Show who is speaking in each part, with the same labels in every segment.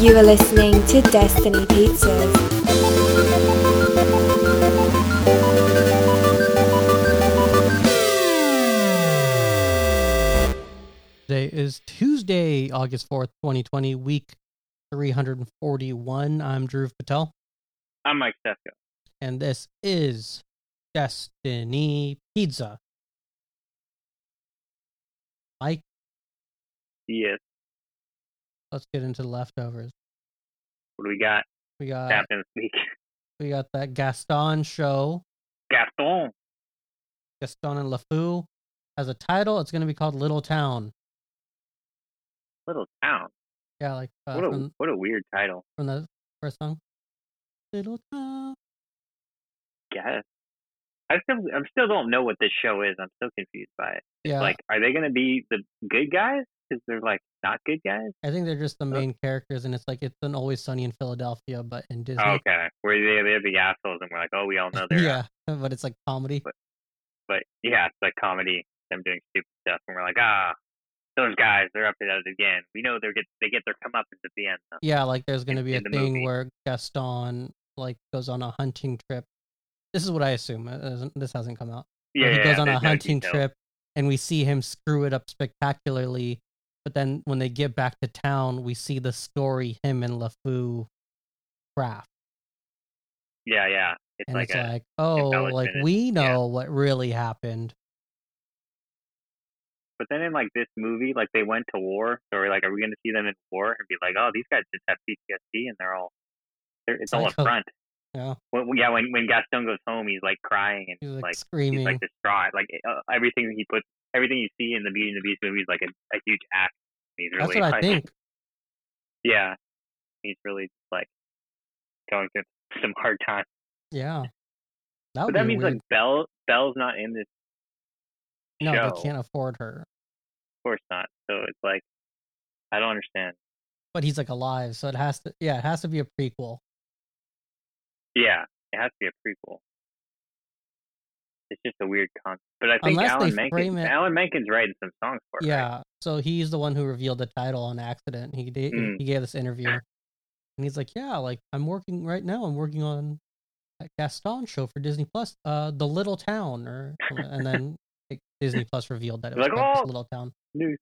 Speaker 1: You are listening to Destiny Pizzas.
Speaker 2: Today is Tuesday, August 4th, 2020, week 341. I'm Drew Patel,
Speaker 3: I'm Mike Sesko.
Speaker 2: and this is Destiny Pizza. Mike,
Speaker 3: Yes.
Speaker 2: let's get into the leftovers.
Speaker 3: What do we got
Speaker 2: We got
Speaker 3: happening this week?
Speaker 2: we got that Gaston show.
Speaker 3: Gaston.
Speaker 2: Gaston and LeFou has a title. It's going to be called Little Town.
Speaker 3: Little Town.
Speaker 2: Yeah, like uh,
Speaker 3: What a
Speaker 2: from,
Speaker 3: what a weird title.
Speaker 2: from the first song. Little Town.
Speaker 3: Guess. I still I still don't know what this show is. I'm so confused by it.
Speaker 2: Yeah,
Speaker 3: Like, are they gonna be the good guys? Because they're like not good guys.
Speaker 2: I think they're
Speaker 3: Oh.
Speaker 2: just the main characters, and it's like it's an Always Sunny in Philadelphia, but in Disney.
Speaker 3: Oh, okay. Where they they're the assholes, and we're like, oh, we all know they're.
Speaker 2: yeah, but it's like comedy.
Speaker 3: But- But yeah, it's like comedy. Them doing stupid stuff, and we're like, ah, those guys, they're up to that again. We know they get they get their comeuppance at the end. Though.
Speaker 2: Yeah, like there's gonna be a
Speaker 3: in the
Speaker 2: thing
Speaker 3: movie.
Speaker 2: where Gaston like goes on a hunting trip. This is what I assume. It doesn't- This hasn't come out.
Speaker 3: Yeah.
Speaker 2: But he
Speaker 3: yeah,
Speaker 2: goes on a
Speaker 3: there's no
Speaker 2: hunting
Speaker 3: detail.
Speaker 2: trip, and we see him screw it up spectacularly. But then when they get back to town, we see the story him and LeFou craft,
Speaker 3: Yeah, yeah. It's
Speaker 2: and
Speaker 3: like
Speaker 2: it's
Speaker 3: a
Speaker 2: like, oh, like
Speaker 3: embellishment.
Speaker 2: we know
Speaker 3: Yeah.
Speaker 2: what really happened.
Speaker 3: But then in like this movie, like they went to war, so we're like, are we going to see them in war and be like, oh, these guys just have PTSD and they're all, they're, it's all a
Speaker 2: Psycho.
Speaker 3: front.
Speaker 2: Yeah,
Speaker 3: When, when- yeah, when when Gaston goes home, he's like crying and
Speaker 2: he's like,
Speaker 3: like
Speaker 2: screaming.
Speaker 3: he's like distraught. Like uh, everything he puts, everything you see in the Beauty and the Beast movie is like a, a huge act. He's
Speaker 2: That's
Speaker 3: really
Speaker 2: what I
Speaker 3: like-
Speaker 2: think.
Speaker 3: Yeah, he's really like going through some hard times.
Speaker 2: Yeah, that
Speaker 3: But
Speaker 2: would
Speaker 3: that
Speaker 2: be
Speaker 3: means
Speaker 2: weird.
Speaker 3: like Belle, Belle's not in this.
Speaker 2: no,
Speaker 3: show.
Speaker 2: they can't afford her.
Speaker 3: Of course not. So it's like, I don't understand.
Speaker 2: but he's like alive, so it has to yeah, it has to be a prequel.
Speaker 3: Yeah, it has to be a prequel. It's just a weird concept. But I think
Speaker 2: Unless
Speaker 3: Alan
Speaker 2: they frame
Speaker 3: Menken,
Speaker 2: it-
Speaker 3: Alan Menken's writing some songs for it. right?
Speaker 2: Yeah. So he's the one who revealed the title on accident. He did,
Speaker 3: Mm.
Speaker 2: he gave this interview. And he's like, "Yeah, like I'm working right now. I'm working on that Gaston show for Disney Plus, uh The Little Town or and then it- Disney Plus revealed that it was
Speaker 3: Like,
Speaker 2: called
Speaker 3: "Oh!"
Speaker 2: The Little Town
Speaker 3: News.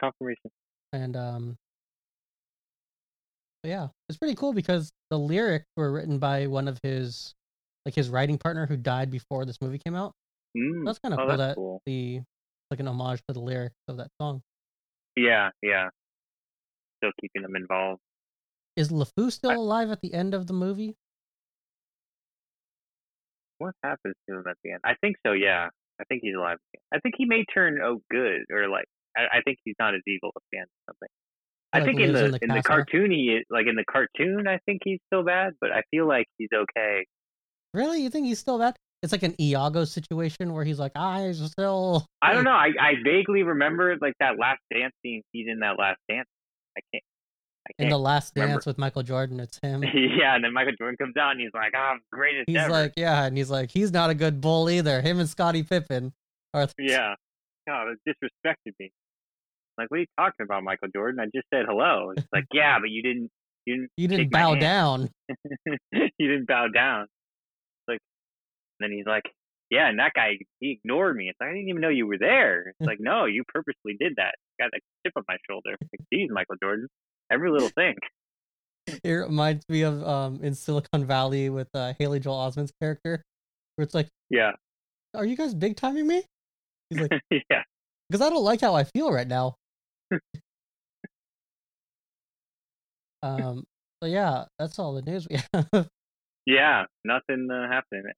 Speaker 3: Confirmation.
Speaker 2: and um but yeah, it's pretty cool because the lyrics were written by one of his like his writing partner who died before this movie came out.
Speaker 3: Mm.
Speaker 2: That's kind of
Speaker 3: oh,
Speaker 2: cool that
Speaker 3: that's cool.
Speaker 2: the like an homage to the lyrics of that song.
Speaker 3: Yeah, yeah. Still keeping them involved.
Speaker 2: Is LeFou still alive at the end of the movie?
Speaker 3: What happens to him at the end? I think so, yeah. I think he's alive. again. I think he may turn oh good or like I, I think he's not as evil at the end or something. I
Speaker 2: Like,
Speaker 3: think in
Speaker 2: lives
Speaker 3: the
Speaker 2: in
Speaker 3: in
Speaker 2: the
Speaker 3: the,
Speaker 2: castle?
Speaker 3: cartoon he is like in the cartoon I think he's still bad, but I feel like he's okay.
Speaker 2: Really? You think he's still that? It's like an Iago situation where he's like, I still.
Speaker 3: I don't know. I, I vaguely remember like that last dance scene. He's in that last dance. I can't. I
Speaker 2: In the
Speaker 3: can't.
Speaker 2: last
Speaker 3: remember.
Speaker 2: dance with Michael Jordan, it's him.
Speaker 3: yeah, and then Michael Jordan comes out and he's like, "I'm greatest
Speaker 2: He's
Speaker 3: ever."
Speaker 2: like, yeah, and he's like, he's not a good bull either. Him and Scottie Pippen are.
Speaker 3: yeah. God, it disrespected me. Like, what are you talking about, Michael Jordan? I just said hello. It's like, yeah, but you didn't. You
Speaker 2: You didn't
Speaker 3: Shake my
Speaker 2: bow
Speaker 3: hand.
Speaker 2: down.
Speaker 3: didn't. you didn't bow down. Like, and then he's like, yeah, and that guy he ignored me. It's like I didn't even know you were there. It's like, no, you purposely did that. Got a chip on my shoulder. Like, geez, Michael Jordan, every little thing.
Speaker 2: It reminds me of um in Silicon Valley with uh, Haley Joel Osment's character, where it's like,
Speaker 3: Yeah,
Speaker 2: are you guys big timing me? He's like,
Speaker 3: yeah.
Speaker 2: because I don't like how I feel right now. um. So yeah, that's all the news we have.
Speaker 3: Yeah, nothing uh, happening.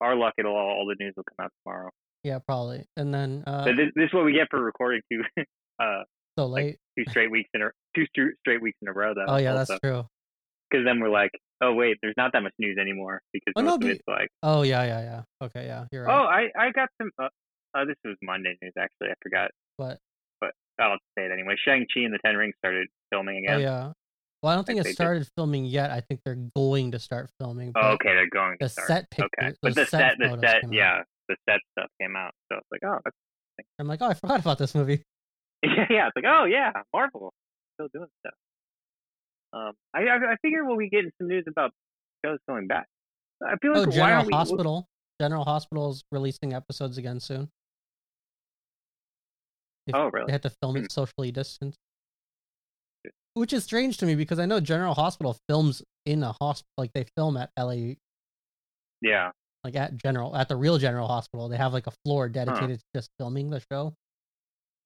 Speaker 3: Our luck, it'll all, all the news will come out tomorrow.
Speaker 2: yeah, probably. And then uh,
Speaker 3: but this, this is what we get for recording two, uh,
Speaker 2: so late.
Speaker 3: two straight weeks in a two stru- straight weeks in a row. Though.
Speaker 2: oh yeah, that's true.
Speaker 3: because then we're like, oh wait, there's not that much news anymore because
Speaker 2: Oh, no,
Speaker 3: most
Speaker 2: but-
Speaker 3: of it's like,
Speaker 2: Oh yeah, yeah, yeah. Okay, yeah, you're right.
Speaker 3: oh, I I got some. Uh, uh, this was Monday news actually. I forgot.
Speaker 2: What?
Speaker 3: But I'll say it anyway. Shang Chi and the Ten Rings started filming
Speaker 2: Oh
Speaker 3: again.
Speaker 2: yeah. Well, I don't think
Speaker 3: Like
Speaker 2: it
Speaker 3: they did.
Speaker 2: started filming yet. I think they're going to start filming.
Speaker 3: Oh,
Speaker 2: but
Speaker 3: okay, they're going
Speaker 2: The
Speaker 3: to start.
Speaker 2: set pictures,
Speaker 3: okay,
Speaker 2: the,
Speaker 3: but the set, the
Speaker 2: photos
Speaker 3: set,
Speaker 2: came out.
Speaker 3: yeah, the set stuff came out. So it's like, oh, that's,
Speaker 2: I'm like, oh, I forgot about this movie.
Speaker 3: yeah, yeah. It's like, oh yeah, Marvel still doing stuff. Um, I, I I figure we'll be getting some news about shows going back. I feel
Speaker 2: Oh,
Speaker 3: like why
Speaker 2: General
Speaker 3: aren't we?
Speaker 2: Hospital. General Hospital is releasing episodes again soon. If
Speaker 3: Oh, really?
Speaker 2: They had to film
Speaker 3: Hmm.
Speaker 2: it socially distanced, which is strange to me because I know General Hospital films in a hospital. Like they film at LA,
Speaker 3: Yeah.
Speaker 2: like at General, at the real General Hospital. They have like a floor dedicated to just filming the show,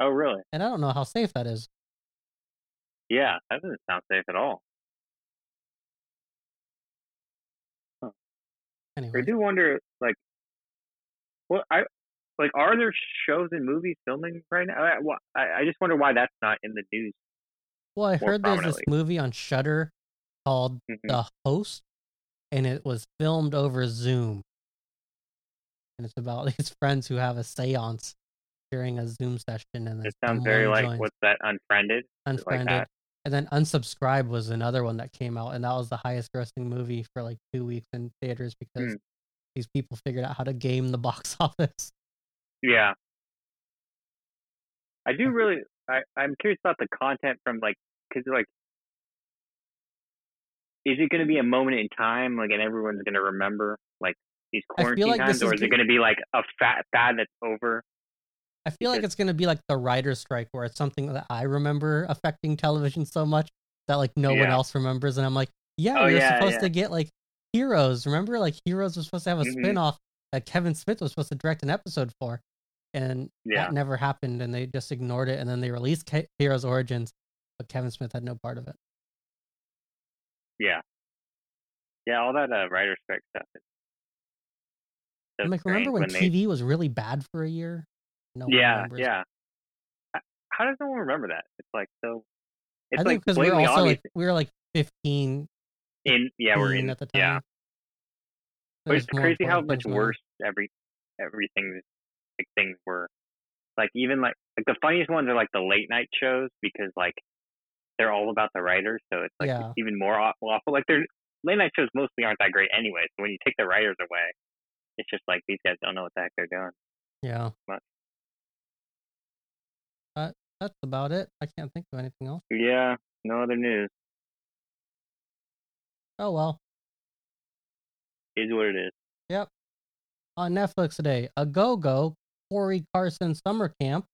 Speaker 3: Oh, really?
Speaker 2: and I don't know how safe that is.
Speaker 3: Yeah. That doesn't sound safe at all. I
Speaker 2: Anyway,
Speaker 3: do wonder, like, what I like. Are there shows and movies filming right now? I, wh- I, I just wonder why that's not in the news.
Speaker 2: well, I
Speaker 3: more
Speaker 2: heard there's this
Speaker 3: prominently.
Speaker 2: movie on Shutter called
Speaker 3: Mhm.
Speaker 2: the host and it was filmed over zoom and it's about his friends who have a seance during a zoom session and then
Speaker 3: It sounds very
Speaker 2: someone
Speaker 3: like
Speaker 2: joins,
Speaker 3: what's that? Unfriended. like
Speaker 2: unfriended
Speaker 3: that.
Speaker 2: and then unsubscribe was another one that came out and that was the highest grossing movie for like two weeks in theaters because
Speaker 3: Hmm.
Speaker 2: these people figured out how to game the box office
Speaker 3: Yeah. I do really. I I'm curious about the content from like because like. Is it going to be a moment in time, like, and everyone's going to remember, like, these
Speaker 2: feel
Speaker 3: quarantine
Speaker 2: like this
Speaker 3: times, or
Speaker 2: is
Speaker 3: is it
Speaker 2: gonna-
Speaker 3: going to be like a fat fad that's over?
Speaker 2: i feel like
Speaker 3: Because-
Speaker 2: it's going to be like the writer's strike where it's something that i remember affecting television so much that like no one
Speaker 3: Yeah.
Speaker 2: else remembers and i'm like yeah
Speaker 3: Oh,
Speaker 2: we were
Speaker 3: yeah,
Speaker 2: supposed
Speaker 3: yeah.
Speaker 2: to get like heroes remember like heroes was supposed to have a
Speaker 3: Mhm.
Speaker 2: spin-off that kevin smith was supposed to direct an episode for and
Speaker 3: Yeah,
Speaker 2: that never happened and they just ignored it and then they released Ke- heroes origins but kevin smith had no part of it
Speaker 3: yeah, yeah. All that uh, writer strike stuff. Is so
Speaker 2: i'm like remember
Speaker 3: strange
Speaker 2: when,
Speaker 3: they-
Speaker 2: tv was really bad for a year no one
Speaker 3: yeah,
Speaker 2: remembers.
Speaker 3: yeah. H- How does no one remember that? It's like so. It's
Speaker 2: i
Speaker 3: like
Speaker 2: think because we were
Speaker 3: blatantly
Speaker 2: also
Speaker 3: obvious
Speaker 2: like we were like 15
Speaker 3: in yeah we're
Speaker 2: 16
Speaker 3: in
Speaker 2: at the time
Speaker 3: yeah
Speaker 2: It
Speaker 3: But
Speaker 2: was
Speaker 3: it's
Speaker 2: more
Speaker 3: crazy how
Speaker 2: important
Speaker 3: much
Speaker 2: things now.
Speaker 3: worse every everything like things were. Like even like like the funniest ones are like the late night shows because like they're all about the writers, so it's like
Speaker 2: Yeah.
Speaker 3: even more aw- awful. Like they're late night shows mostly aren't that great anyway. So when you take the writers away, it's just like these guys don't know what the heck they're doing.
Speaker 2: yeah
Speaker 3: But-
Speaker 2: That- that's about it i can't think of anything else
Speaker 3: Yeah, no other news
Speaker 2: oh well
Speaker 3: is what it is.
Speaker 2: on Netflix today. A Go Go, Corey Carson Summer Camp,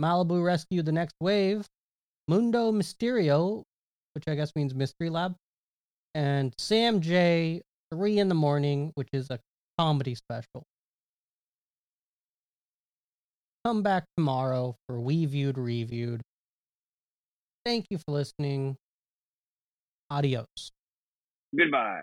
Speaker 2: Malibu Rescue The Next Wave, Mundo Mysterio, which I guess means Mystery Lab, and Sam J. 3 in the Morning, which is a comedy special. Come back tomorrow for We Viewed Reviewed. Thank you for listening. Adios.
Speaker 3: Goodbye.